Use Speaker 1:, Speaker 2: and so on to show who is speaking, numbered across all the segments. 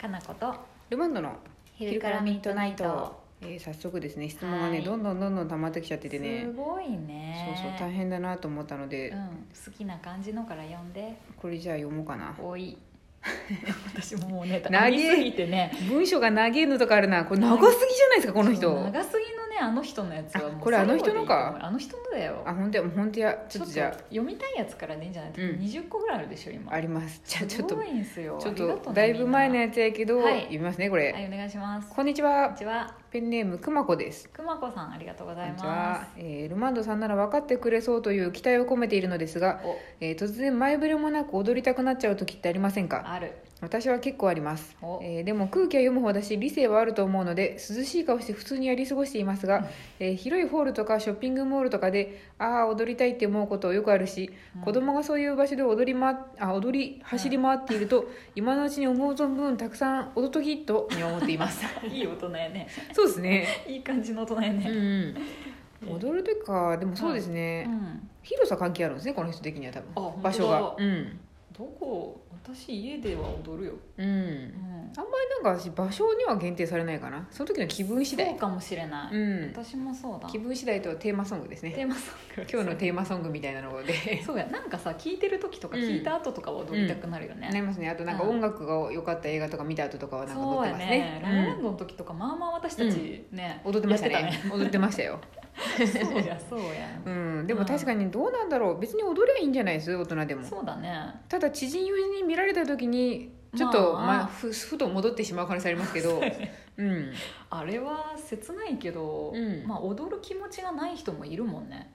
Speaker 1: かなこと
Speaker 2: ルマンドの
Speaker 1: 昼からミッドナイト
Speaker 2: えー早速ですね質問が
Speaker 1: は
Speaker 2: ね
Speaker 1: い
Speaker 2: どんどんどんどん溜まってきちゃっててね
Speaker 1: すごい
Speaker 2: そう
Speaker 1: ね
Speaker 2: そう大変だなと思ったので、
Speaker 1: うん、好きな感じのから読んで
Speaker 2: これじゃあ読もうかな
Speaker 1: 多い 私ももうね
Speaker 2: 長え
Speaker 1: 長すぎてね
Speaker 2: 文章が長いのとかあるなこれ長すぎじゃないですかこの
Speaker 1: そう
Speaker 2: 人
Speaker 1: 長すぎのねあの人のやつは
Speaker 2: あ
Speaker 1: もう
Speaker 2: これあの人の
Speaker 1: 最後でいいと思う
Speaker 2: か
Speaker 1: あの人のだよ
Speaker 2: あ本当や本当やち
Speaker 1: ち
Speaker 2: ょ
Speaker 1: ょ
Speaker 2: っ
Speaker 1: っと
Speaker 2: とじゃ
Speaker 1: 読みたいやつからでいいんじゃない、
Speaker 2: うん
Speaker 1: 20個ぐらいあるでしょ今
Speaker 2: あありますじゃあちょっ
Speaker 1: す
Speaker 2: と
Speaker 1: ごいんすよ
Speaker 2: ちょっ
Speaker 1: ありが
Speaker 2: と
Speaker 1: ね
Speaker 2: だいぶ前の
Speaker 1: みん
Speaker 2: やつやけど、
Speaker 1: はい
Speaker 2: 読みますねこれ、
Speaker 1: なはいお願いしますこ
Speaker 2: こんにち
Speaker 1: ん
Speaker 2: は
Speaker 1: にちは
Speaker 2: ペンネームくまこです
Speaker 1: くまこさんありがとうご
Speaker 2: こ
Speaker 1: ざいま
Speaker 2: は、えールマンドさんなら分かってくれそうという期待を込めているのですが
Speaker 1: す、お
Speaker 2: えー突然前触れもなく踊りたくなっちゃう時ってありませんか
Speaker 1: ある
Speaker 2: 私は結構あります、
Speaker 1: お
Speaker 2: えーでも空気は読む方だし理性はあると思うので涼しい顔して普通にやり過ごしていますが、えー広いホールとかショッピングモールとかでああ踊りたいって思うことよくあるし、
Speaker 1: うん
Speaker 2: 子供がそういう場所で踊り,、ま、あ踊り走り回っていると、今のうちに思う存分たくさん踊っときと見守って います
Speaker 1: いい大人やね
Speaker 2: そうですね
Speaker 1: いい感じの大人や
Speaker 2: うん
Speaker 1: ね、
Speaker 2: うん踊るというかでもそうですね、
Speaker 1: うん、
Speaker 2: 広さ関係あるんですねこの人的には多
Speaker 1: あ本
Speaker 2: 分
Speaker 1: 当だ
Speaker 2: 場所がうん
Speaker 1: どこ私家では踊るよ、
Speaker 2: うん
Speaker 1: うん、
Speaker 2: あんまりなんか私場所には限定されないかなその時の気分次
Speaker 1: そう
Speaker 2: 第
Speaker 1: かもしれない、
Speaker 2: うん
Speaker 1: 私もそうだ
Speaker 2: 気分次第とテーマソングですね
Speaker 1: テーマソング
Speaker 2: 今日のテーマソングみたいなので
Speaker 1: そうやなんかさ聞いてる時とか聞いた後とかは踊りたくなるよね、
Speaker 2: なりますねあとなんか
Speaker 1: うん
Speaker 2: 音楽が良かった映画とか見た後とかはなんか踊
Speaker 1: そ
Speaker 2: っ
Speaker 1: う
Speaker 2: て
Speaker 1: や
Speaker 2: ま
Speaker 1: ね
Speaker 2: すね
Speaker 1: ララランドの時とかまあまあ私たちね、
Speaker 2: うん踊ってましたね
Speaker 1: やっ
Speaker 2: 踊ってましたよ
Speaker 1: てたねそうやそうや
Speaker 2: うんでも確かにどうなんだろう別に踊りゃいいんじゃないです大人でも
Speaker 1: そうだね
Speaker 2: ただ知人友人に見られた時にちょっと、
Speaker 1: まあ
Speaker 2: まあ、ふふと戻ってしまう可能性ありますけどうん
Speaker 1: あれは切ないけど、
Speaker 2: うん
Speaker 1: まあ踊る気持ちがない人もいるもんね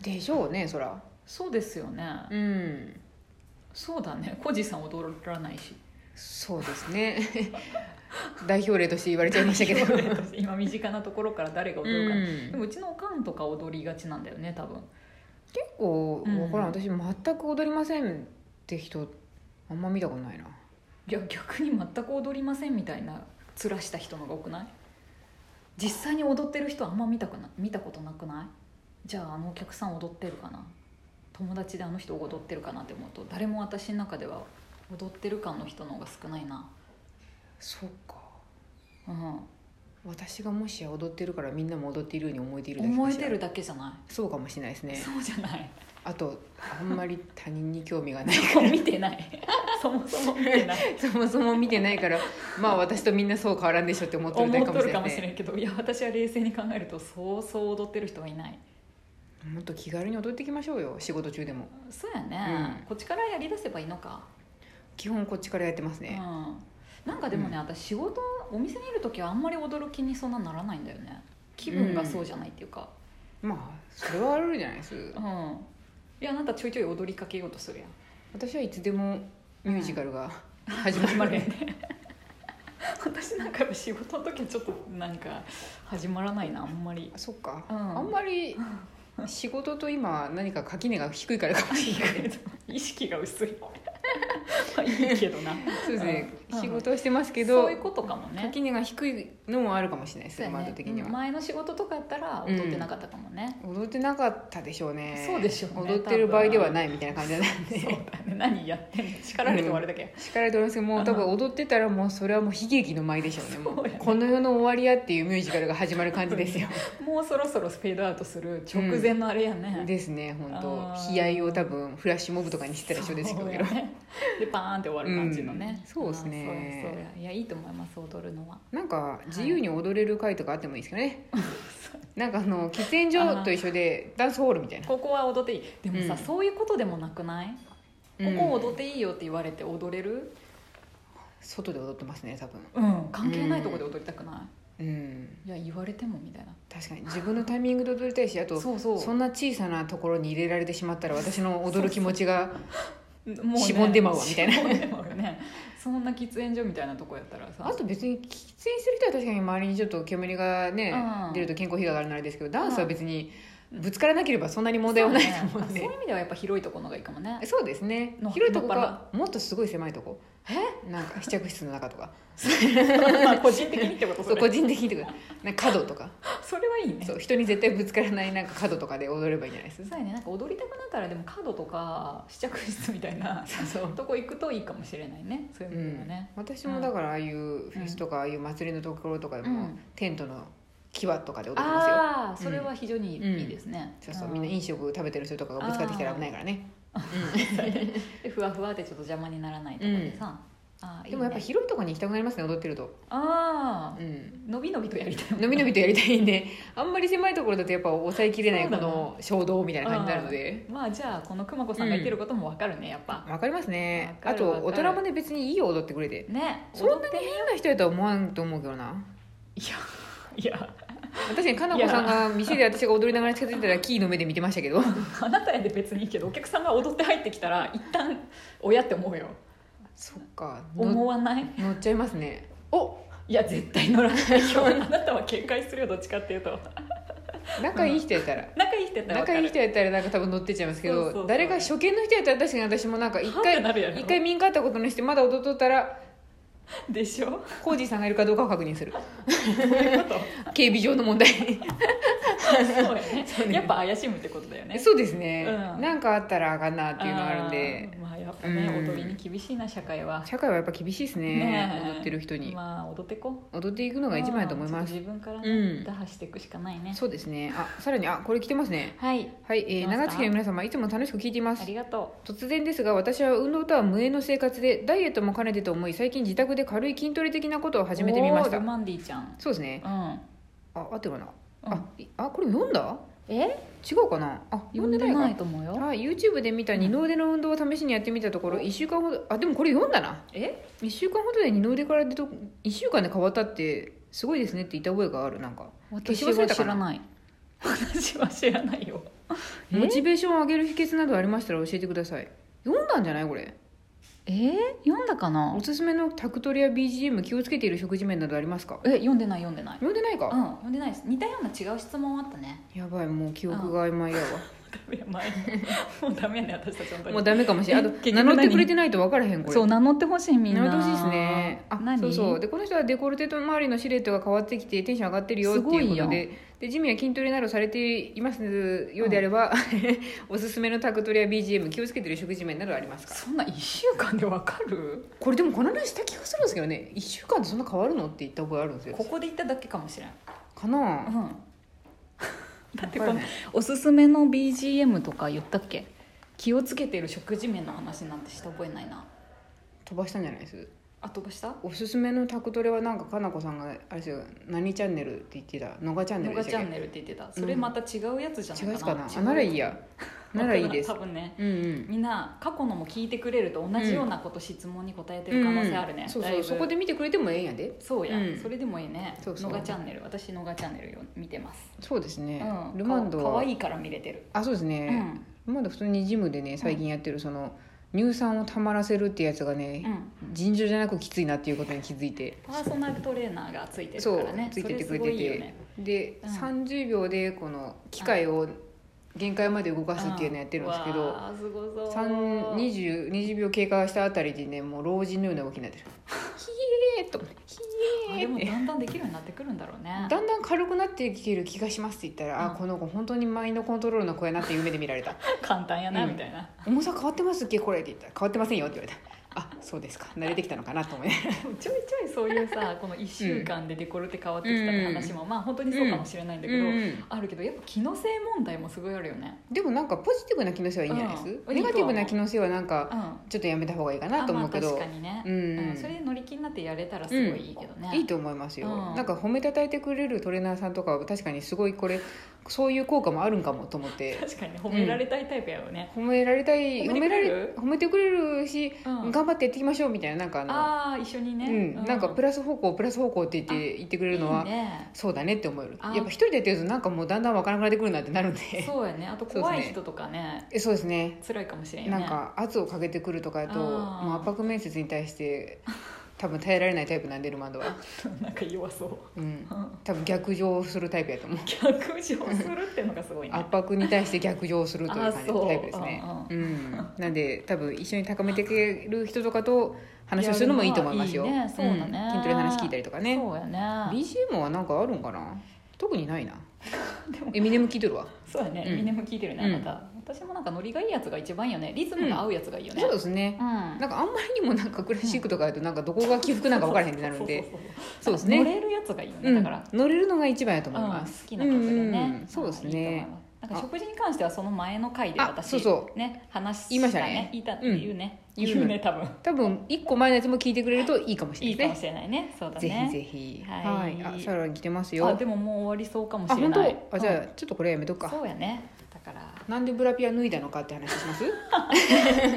Speaker 2: でしょうねそら
Speaker 1: そうですよね、
Speaker 2: うん
Speaker 1: そうだねコジさん踊らないし
Speaker 2: そうで すね代表例として言われちゃいましたけど
Speaker 1: 今身近なところから誰が
Speaker 2: う
Speaker 1: 踊るか、
Speaker 2: ん
Speaker 1: でもうちのおかんとか踊りがちなんだよね多分
Speaker 2: 結構
Speaker 1: うん
Speaker 2: わからん、私全く踊りませんって人あんま見たことないない
Speaker 1: や逆に全く踊りませんみたいな面した人のが多くない実際に踊ってる人あんま見たくな見たことなくないじゃああのお客さん踊ってるかな友達であの人踊ってるかなって思うと誰も私の中では踊ってる感の人の方が少ないな
Speaker 2: そうか
Speaker 1: うん
Speaker 2: 私がもしや踊ってるからみんなも踊っているように思えているだけかしら
Speaker 1: 思えてるだけじゃな
Speaker 2: そうかもしれないです
Speaker 1: い
Speaker 2: ね
Speaker 1: そうじゃない
Speaker 2: あとあんまり他人に興味がない
Speaker 1: 見てない そもそも見て ない
Speaker 2: そもそも見てな いからまあ私とみんなそう変わらんでしょって思って
Speaker 1: 思
Speaker 2: るだけ
Speaker 1: っ
Speaker 2: か
Speaker 1: と
Speaker 2: も
Speaker 1: る
Speaker 2: しれ
Speaker 1: か
Speaker 2: な
Speaker 1: も
Speaker 2: いで
Speaker 1: し
Speaker 2: す
Speaker 1: れ
Speaker 2: ね
Speaker 1: んけどいや私は冷静に考えるとそうそう踊ってる人はいない
Speaker 2: もっと気軽に踊っていきましょうよ仕事中でも
Speaker 1: そうやね、
Speaker 2: うん
Speaker 1: こっちからやりだせばいいのか、
Speaker 2: 基本こっちからやってますね、
Speaker 1: うん、なんかでもね、
Speaker 2: う
Speaker 1: 私仕事お店にいる時はあんまり踊る気にそんなならないんだよね気分がそうじゃないっていうか
Speaker 2: まあそれはあるじゃないです
Speaker 1: うん、いやあなたちょいちょい踊りかけようとするやん
Speaker 2: 私はいつでもミュージカルが始まる,、
Speaker 1: 始 まるよ ね私なんか仕事の時はちょっとなんか始まらないなあん まり
Speaker 2: そっか、
Speaker 1: うん
Speaker 2: あんまり仕事と今何か垣根が低いからかもし れない
Speaker 1: 意識が薄い まあいいけどな
Speaker 2: そうですね、
Speaker 1: うん
Speaker 2: 仕事をしてますけど、
Speaker 1: そういうことかもね
Speaker 2: 垣根が低いのもあるかもしれないです
Speaker 1: そう
Speaker 2: ね
Speaker 1: や
Speaker 2: マー
Speaker 1: ね
Speaker 2: ト的には、
Speaker 1: うん前の仕事とかやったら踊ってなかったかもね、
Speaker 2: 踊ってなかったでしょうね
Speaker 1: そうでしょうね
Speaker 2: 踊ってる場合ではないみたいな感じなん
Speaker 1: そう
Speaker 2: で
Speaker 1: だね何やってんの叱られて終わるだけ、
Speaker 2: 叱られておりますけどもう多分踊ってたらもうそれはもう悲劇の舞でしょうねも
Speaker 1: そう
Speaker 2: う
Speaker 1: やね
Speaker 2: この世の終わりやっていうミュージカルが始まる感じですよ
Speaker 1: もうそろそろスペードアウトする直前のあれやね、
Speaker 2: ですね本
Speaker 1: あ
Speaker 2: 当
Speaker 1: ー
Speaker 2: 悲哀を多分フラッシュモブとかにしてたでしょうですけど
Speaker 1: そうやねでパーンって終わる感じのね、
Speaker 2: うんそうっす
Speaker 1: あー
Speaker 2: ね
Speaker 1: そうやそうやいやいいと思います踊るのは
Speaker 2: なんか自由に踊れる会とかあってもいいですけど ね、なんかあの喫煙所と一緒でダンスホールみたいな、
Speaker 1: ここは踊っていいでもさ、
Speaker 2: うん
Speaker 1: そういうことでもなくないこ
Speaker 2: うん
Speaker 1: こ踊っていいよって言われて踊れる、
Speaker 2: 外で踊ってますね多分
Speaker 1: うん、関係ないとこで踊りたくな
Speaker 2: うん
Speaker 1: い、いや言われてもみたいな
Speaker 2: 確かに自分のタイミングで踊りたいしあとそ
Speaker 1: そうそうん
Speaker 2: な小さなところに入れられてしまったら私の踊る気持ちが
Speaker 1: も
Speaker 2: しぼんでまうわみたいな
Speaker 1: しぼんでまうよねそんな喫煙所みたいなとこやったらさ
Speaker 2: あと別に喫煙してる人は確かに周りにちょっと煙がね、
Speaker 1: うん
Speaker 2: 出ると健康被害があるならですけどダンスは別にぶつからなければそんなに問題はないと思う
Speaker 1: そ
Speaker 2: ん
Speaker 1: うねあ
Speaker 2: で
Speaker 1: そういう意味ではやっぱ広いところのがいいかもね
Speaker 2: そうですね
Speaker 1: の
Speaker 2: 広いとこ
Speaker 1: のっ
Speaker 2: かもっとすごい狭いとこなんか試着室の中とか
Speaker 1: 個人的にってこと
Speaker 2: そう個人的にとかなんか角とか
Speaker 1: それはいいね
Speaker 2: そう人に絶対ぶつからないなんか角とかで踊ればいいんじゃないです
Speaker 1: そ
Speaker 2: か
Speaker 1: うやねなんか踊りたくなったらでも角とか試着室みたいな
Speaker 2: そう
Speaker 1: とこ行くといいかもしれないねそういうう意味では
Speaker 2: ん
Speaker 1: ね、、
Speaker 2: 私もだからああいうフェスとかああいう祭りのところとかでも、
Speaker 1: うん
Speaker 2: テントの際とかで踊りますよ
Speaker 1: ああそれは非常にいい,、
Speaker 2: うん
Speaker 1: ですね
Speaker 2: そうそうみんな飲食食べてる人とかがぶつかってきたら危ないからね、
Speaker 1: でふわふわってちょっと邪魔にならないとこでさ、ああ
Speaker 2: うんでもやっぱ
Speaker 1: いいね
Speaker 2: 広いとこに行きたくなりますね踊ってると、
Speaker 1: ああ
Speaker 2: うん、
Speaker 1: のびのびとやりたい
Speaker 2: のびのびとやりたいんであんまり狭いところだとやっぱ抑えきれない
Speaker 1: そう
Speaker 2: こ
Speaker 1: だね
Speaker 2: の衝動みたいな感じになるので
Speaker 1: まあじゃあこのくまこさんが言ってることもわかるねやっぱ、
Speaker 2: わかりますね
Speaker 1: わか
Speaker 2: あ
Speaker 1: る
Speaker 2: と大
Speaker 1: わかる
Speaker 2: 人もね別にいいよ踊ってくれて
Speaker 1: ね
Speaker 2: そんなに
Speaker 1: 踊ってみよ
Speaker 2: 変な人やとは思わんと思うけどな
Speaker 1: ういやいや
Speaker 2: 確かにかなこさんが店で私が踊りながら近づいたらキーの目で見てまし たけど
Speaker 1: あなたやで別にいいけどお客さんが踊って入ってきたら一旦親って思うよ
Speaker 2: そっか
Speaker 1: 思
Speaker 2: の
Speaker 1: わない
Speaker 2: 乗っちゃいますねお
Speaker 1: いや絶対乗らないよあなたは警戒するよどっちかっていうと
Speaker 2: 仲いい人やったら
Speaker 1: 仲いい人やったら分か
Speaker 2: 仲
Speaker 1: る
Speaker 2: いい人やったらなんか多分乗ってっちゃいますけ
Speaker 1: そうそうそ
Speaker 2: ど
Speaker 1: う
Speaker 2: 誰か初見の人やったら確かに私もなんか一
Speaker 1: はっ
Speaker 2: 回
Speaker 1: てなるやろ
Speaker 2: 一回民家あったことにしてまだ踊っとったら
Speaker 1: でし ょ
Speaker 2: コージーさんがいるかどうかを 確認する
Speaker 1: そういうこと
Speaker 2: 警備上の 問題
Speaker 1: そうやね
Speaker 2: そうね
Speaker 1: やっぱ怪しむってことだよね
Speaker 2: そうですね
Speaker 1: うん
Speaker 2: なんかあったらあかんなっていうのがあるんで
Speaker 1: あーまあやっぱね、
Speaker 2: うん
Speaker 1: 踊りに厳しいな社会は
Speaker 2: 社会はやっぱ厳しいですね
Speaker 1: ねえ
Speaker 2: 踊ってる人に
Speaker 1: まあ踊ってこ
Speaker 2: 踊っていくの
Speaker 1: う
Speaker 2: が一番やと思いま
Speaker 1: うん
Speaker 2: す
Speaker 1: ちょっと自分から、
Speaker 2: うん
Speaker 1: ね打破していくしかないね
Speaker 2: そうですねあさらにあこれ来てますね
Speaker 1: はい
Speaker 2: はい、えー
Speaker 1: 来ますか
Speaker 2: 長月の皆様いつも楽しく聞いています
Speaker 1: ありがと
Speaker 2: 突然ですが私は運動とは無縁の生活でダイエットも兼ねてと思い最近自宅で軽い筋トレ的なことを
Speaker 1: う
Speaker 2: 始めてみまし
Speaker 1: おー
Speaker 2: た
Speaker 1: ルマンディちゃん
Speaker 2: そうですね
Speaker 1: うん
Speaker 2: あ合ってるかな、
Speaker 1: うん
Speaker 2: あいあこれ読んだ
Speaker 1: え
Speaker 2: 違うかなあ読んでないか
Speaker 1: と思うよ
Speaker 2: あ YouTube で見た二の腕の運動を試しにやってみたところ1週間ほどあでもこれ読んだな
Speaker 1: え
Speaker 2: 1週間ほどで二の腕から出と1週間で変わったってすごいですねって言った覚えがあるなんか
Speaker 1: 私
Speaker 2: 消し
Speaker 1: は
Speaker 2: 忘れた
Speaker 1: 知
Speaker 2: からな
Speaker 1: ない 私は知らないよえ
Speaker 2: モチベーションを上げる秘訣などありましたら教えてください読んだんじゃないこれ
Speaker 1: えー、読んだかな
Speaker 2: おすすめのタクトリや BGM 気をつけている食事面などありますか
Speaker 1: え読んでない読んでない
Speaker 2: 読んでない
Speaker 1: う
Speaker 2: か、
Speaker 1: ん読んでないです似たような違う質問あったね
Speaker 2: やばいもう記憶が曖昧やわ
Speaker 1: ダメや 前もうダメやね私たち本当に
Speaker 2: もうダメかもしれないあ
Speaker 1: え
Speaker 2: と
Speaker 1: 結
Speaker 2: 名
Speaker 1: 局
Speaker 2: 乗
Speaker 1: 何
Speaker 2: ってくれてないと分からへんこれ
Speaker 1: そう名乗ってほしいみん
Speaker 2: 名
Speaker 1: な
Speaker 2: 乗ってほしいですねあ
Speaker 1: 何
Speaker 2: そうそうでこの人はデコルテと周りのシルエットが変わってきてテンション上がってるよっていう
Speaker 1: すご
Speaker 2: こ
Speaker 1: いや
Speaker 2: と
Speaker 1: ん
Speaker 2: ででジムや筋トレなどされていますようであれば、 おすすめのタクトレや BGM 気をつけてる食事面などありますか
Speaker 1: そんな1週間でわかる
Speaker 2: これでもこの話した気がするんですけどね1週間でそんな変わるのって言った覚えあるんですよ
Speaker 1: ここで言っただけかもしれん
Speaker 2: かな
Speaker 1: う
Speaker 2: あ
Speaker 1: んだってこ
Speaker 2: わか
Speaker 1: の
Speaker 2: らない
Speaker 1: おすすめの BGM とか言ったっけ気をつけてる食事面の話なんてした覚えないな
Speaker 2: 飛ばしたんじゃないです
Speaker 1: あ飛ばした
Speaker 2: おすすめのタクトレはなんかかなこさんがあれですよ何チャンネルって言ってたのがチャンネ
Speaker 1: の
Speaker 2: ル
Speaker 1: が
Speaker 2: でし
Speaker 1: チ
Speaker 2: たっ
Speaker 1: ャ
Speaker 2: け
Speaker 1: ンネルって言ってたそれまた違うやつじゃない
Speaker 2: 違うやつか
Speaker 1: かな
Speaker 2: なあならいい やならいいです
Speaker 1: 多分ね
Speaker 2: うんうん
Speaker 1: みんな過去のも聞いてくれると同じようなこと質問に答えてる可能性あるね、
Speaker 2: うんそう
Speaker 1: だい
Speaker 2: そう
Speaker 1: ぶ
Speaker 2: そこで見てくれてもええんやで
Speaker 1: そうや、
Speaker 2: うん
Speaker 1: それでもいいね
Speaker 2: そうそう
Speaker 1: のがチャンネル私のがチャンネルよ見てます、
Speaker 2: そうですね、
Speaker 1: うん
Speaker 2: ルマンド
Speaker 1: か
Speaker 2: は
Speaker 1: かわいいから見れてる、
Speaker 2: あそうですね、ルマンド普通にジムでね最近やってるその乳酸をたまらせるってやつが
Speaker 1: うん、う
Speaker 2: ね、
Speaker 1: ん、
Speaker 2: 尋常じゃなくきついなっていうことに気づいて
Speaker 1: パーソナルトレーナーがついてるからね
Speaker 2: そうついててく
Speaker 1: そす
Speaker 2: れてて
Speaker 1: ごいよね
Speaker 2: で、
Speaker 1: うん
Speaker 2: 30秒でこの機械を限界まで動かすっていうのやってるんですけ
Speaker 1: う
Speaker 2: ど、
Speaker 1: わーすごそう
Speaker 2: 三 20, 20秒経過したあたりでねもう老人のような動きにな ってるひえーっとひ
Speaker 1: あ
Speaker 2: え
Speaker 1: で
Speaker 2: ーっ
Speaker 1: も
Speaker 2: て
Speaker 1: だんだんできるようになってくるんだろうね
Speaker 2: だんだん軽くなってきてる気がしますって言ったら、
Speaker 1: う
Speaker 2: あ
Speaker 1: ん
Speaker 2: この子本当にマインドコントロールの子やなっていう目で見ら れた
Speaker 1: 簡単やな、
Speaker 2: うん
Speaker 1: みたいな
Speaker 2: 重さ変わってますっけこれって言ったら変わってませんよって言われたあそうですか慣れてきたのかなと思いながら
Speaker 1: でも ちょいちょいそういうさこの1週間でデコルテ変わってきたって話も、まあ本当にそうかもしれないんだけど、
Speaker 2: うん
Speaker 1: あるけどやっぱ機能性問題もすごいあるよね
Speaker 2: でもなんかポジティブな機能性はいいんじゃないです、
Speaker 1: うん
Speaker 2: ネガティブな機能性はなんか
Speaker 1: うん
Speaker 2: ちょっとやめた方がいいかなと思うけ
Speaker 1: あ
Speaker 2: ど、
Speaker 1: まあ、確かにね、
Speaker 2: うんうん
Speaker 1: それで乗り気になってやれたらすごいいいけどね、
Speaker 2: いいと思いますよ、
Speaker 1: うん
Speaker 2: なんか褒めたたえてくれるトレーナーさんとかは確かにすごいこれそういう効果もあるんかもと思って
Speaker 1: 確かにね褒められたいタイプやよね、
Speaker 2: 褒められたい
Speaker 1: 褒
Speaker 2: 褒
Speaker 1: め
Speaker 2: め
Speaker 1: てく
Speaker 2: ら
Speaker 1: れ
Speaker 2: れ
Speaker 1: る
Speaker 2: 褒めてくれるし、
Speaker 1: うん
Speaker 2: 頑張ってやっていきましょうみたいななんかあの
Speaker 1: ああ一緒にね、
Speaker 2: うんなんかプ
Speaker 1: ラ
Speaker 2: ラス方向プラス方向って言って言ってくれるのは
Speaker 1: ね、
Speaker 2: そうだねって思える
Speaker 1: あー
Speaker 2: やっぱ一人でやってるとなんかもうだんだんわからなくなってくるなってなるんで
Speaker 1: そうやねあと
Speaker 2: そうですね
Speaker 1: 怖い人とかね
Speaker 2: えそうですね
Speaker 1: 辛いかもしれんよ
Speaker 2: な
Speaker 1: ね
Speaker 2: んか圧をかけてくるとかやと
Speaker 1: あー
Speaker 2: もう圧迫面接に対して多分耐えられないタイプなんでルマンドは、
Speaker 1: なんか弱そう
Speaker 2: うん、
Speaker 1: うん
Speaker 2: 多分逆上するタイプ やと思う
Speaker 1: 逆上するってのがすごいね
Speaker 2: 圧迫に対して逆上するという感じ
Speaker 1: あそう
Speaker 2: タイプですね
Speaker 1: ああ
Speaker 2: うん、なんで多分一緒に高めていける人とかと話をするのもいいと思いますよ
Speaker 1: いやでもいいねそうだね
Speaker 2: ん筋トレの話聞いたりとかね
Speaker 1: そうやね
Speaker 2: BGM はなんかあるんかな特にないな
Speaker 1: でも
Speaker 2: エミネム聞いて るわ
Speaker 1: そうやね
Speaker 2: うん
Speaker 1: みんなも聞いてるね
Speaker 2: うん
Speaker 1: また私もなんかノリがいいやつが一番いいよねリズムが合うやつがいいよね
Speaker 2: そうですね
Speaker 1: うん
Speaker 2: なんかあんまりにもなんかクラシックとかやとなんかどこが起伏なんか分からへんってなるんでそ
Speaker 1: そうう
Speaker 2: で
Speaker 1: ですすね
Speaker 2: ね
Speaker 1: 乗れるやつがいいよねだから
Speaker 2: うん乗れるのが一番やと思い
Speaker 1: うん
Speaker 2: ま
Speaker 1: 好
Speaker 2: す
Speaker 1: きな曲で
Speaker 2: う
Speaker 1: ね
Speaker 2: んそうです
Speaker 1: はいいい
Speaker 2: ね
Speaker 1: と思いますなんか食事に関してはその前の回で
Speaker 2: あ
Speaker 1: 私
Speaker 2: そうそ
Speaker 1: ね話
Speaker 2: 言いましたね
Speaker 1: 言いたって
Speaker 2: うん
Speaker 1: 言うね
Speaker 2: 言う
Speaker 1: 言うね多分
Speaker 2: 多分一個前のやつも聞いてくれるといいかもし
Speaker 1: い
Speaker 2: れ
Speaker 1: い
Speaker 2: な
Speaker 1: か
Speaker 2: い
Speaker 1: も
Speaker 2: です
Speaker 1: しれないねそうだ
Speaker 2: ねぜひぜ
Speaker 1: ね
Speaker 2: ひは
Speaker 1: はいい
Speaker 2: あさらに来てます
Speaker 1: あ
Speaker 2: よ
Speaker 1: でももう終わりそうかも
Speaker 2: あ
Speaker 1: しれ
Speaker 2: 本
Speaker 1: ない
Speaker 2: 当あじゃあちょっとこれやめとく
Speaker 1: うん
Speaker 2: か
Speaker 1: そうやねだから
Speaker 2: なんでブラピア脱いだのかって話します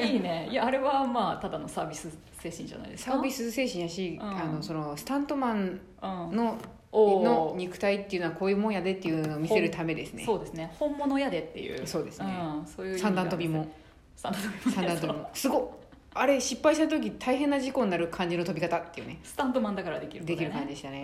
Speaker 1: いいねいやあれはまあただのサービス精神じゃないですか
Speaker 2: サービス精神やし、
Speaker 1: うん
Speaker 2: あのそのスタントマン
Speaker 1: うん
Speaker 2: の
Speaker 1: おー
Speaker 2: の肉体っていうのはこういうもんやでっていうのを見せるためですね
Speaker 1: そうですね本物やでっていう
Speaker 2: そうですね
Speaker 1: うんそういう意味がある
Speaker 2: 三段
Speaker 1: んです
Speaker 2: 跳びも
Speaker 1: 三段跳び
Speaker 2: 三 段跳びもすごっあれ失敗した時大変な事故になる感じの飛び方っていうね
Speaker 1: スタントマンだからできること
Speaker 2: で
Speaker 1: だ
Speaker 2: き
Speaker 1: よ
Speaker 2: る
Speaker 1: ね
Speaker 2: 感じでした
Speaker 1: うんい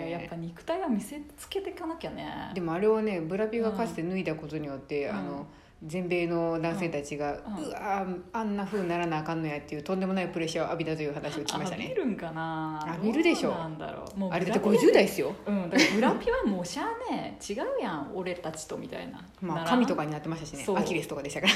Speaker 1: ややっ
Speaker 2: ね
Speaker 1: ぱ肉体は見せつけていかなきゃね
Speaker 2: でもあれをねブラピがかつて脱いだことによって、
Speaker 1: うん
Speaker 2: あの全米の男性たちが、う
Speaker 1: うんうん
Speaker 2: わーあんなふうにならなあかんのやっていうとんでもないプレッシャーを浴びたという話を聞きました
Speaker 1: あ見
Speaker 2: ね
Speaker 1: るんかな
Speaker 2: あ見るでしょ
Speaker 1: どうなんだろうも
Speaker 2: あれだって
Speaker 1: ブラピ
Speaker 2: 50代ですよ
Speaker 1: うんだからブラピはもうしゃあねえ違うやん俺たちとみたいな
Speaker 2: まあ
Speaker 1: なら
Speaker 2: 神とかになってましたしね
Speaker 1: そう
Speaker 2: アキレスとかでしたから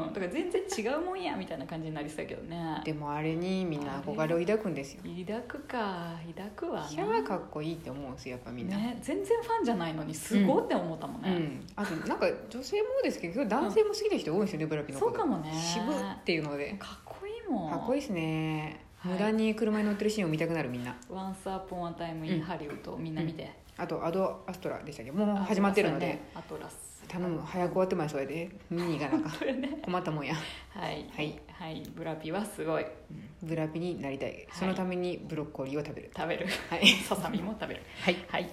Speaker 1: うんだから全然違うもんやみたいな感じになりそうやけどね
Speaker 2: でもあれにみんな憧れを抱くんですよ
Speaker 1: 抱くか抱くわない
Speaker 2: やーかっこいいって思うんですよやっぱみんな、
Speaker 1: ね、全然ファンじゃないのにすごいって思ったもん
Speaker 2: う
Speaker 1: ね、
Speaker 2: ん、あとなんか女性もですけど男性も好きな人多いですよね、ブラピのこと
Speaker 1: そうかもね
Speaker 2: 渋っていうので
Speaker 1: かっこいいもん
Speaker 2: かっこいいですね、
Speaker 1: はい
Speaker 2: 無駄に車に乗ってるシーンを見たくなるみんな
Speaker 1: 「Once Upon a Time
Speaker 2: うん
Speaker 1: in Hollywood」みんな見て、
Speaker 2: あとアドアストラでしたっけもう始まってるので、
Speaker 1: あとラスね
Speaker 2: 頼む早く終わってまいそれで見に行かなあかん
Speaker 1: これね
Speaker 2: 困ったもんや、
Speaker 1: はい
Speaker 2: はい、
Speaker 1: はい、ブラピはすごい
Speaker 2: うんブラピになりたいそのためにブロッコリーを食べる
Speaker 1: 食べる
Speaker 2: はい、
Speaker 1: ささみも食べる
Speaker 2: はい
Speaker 1: はい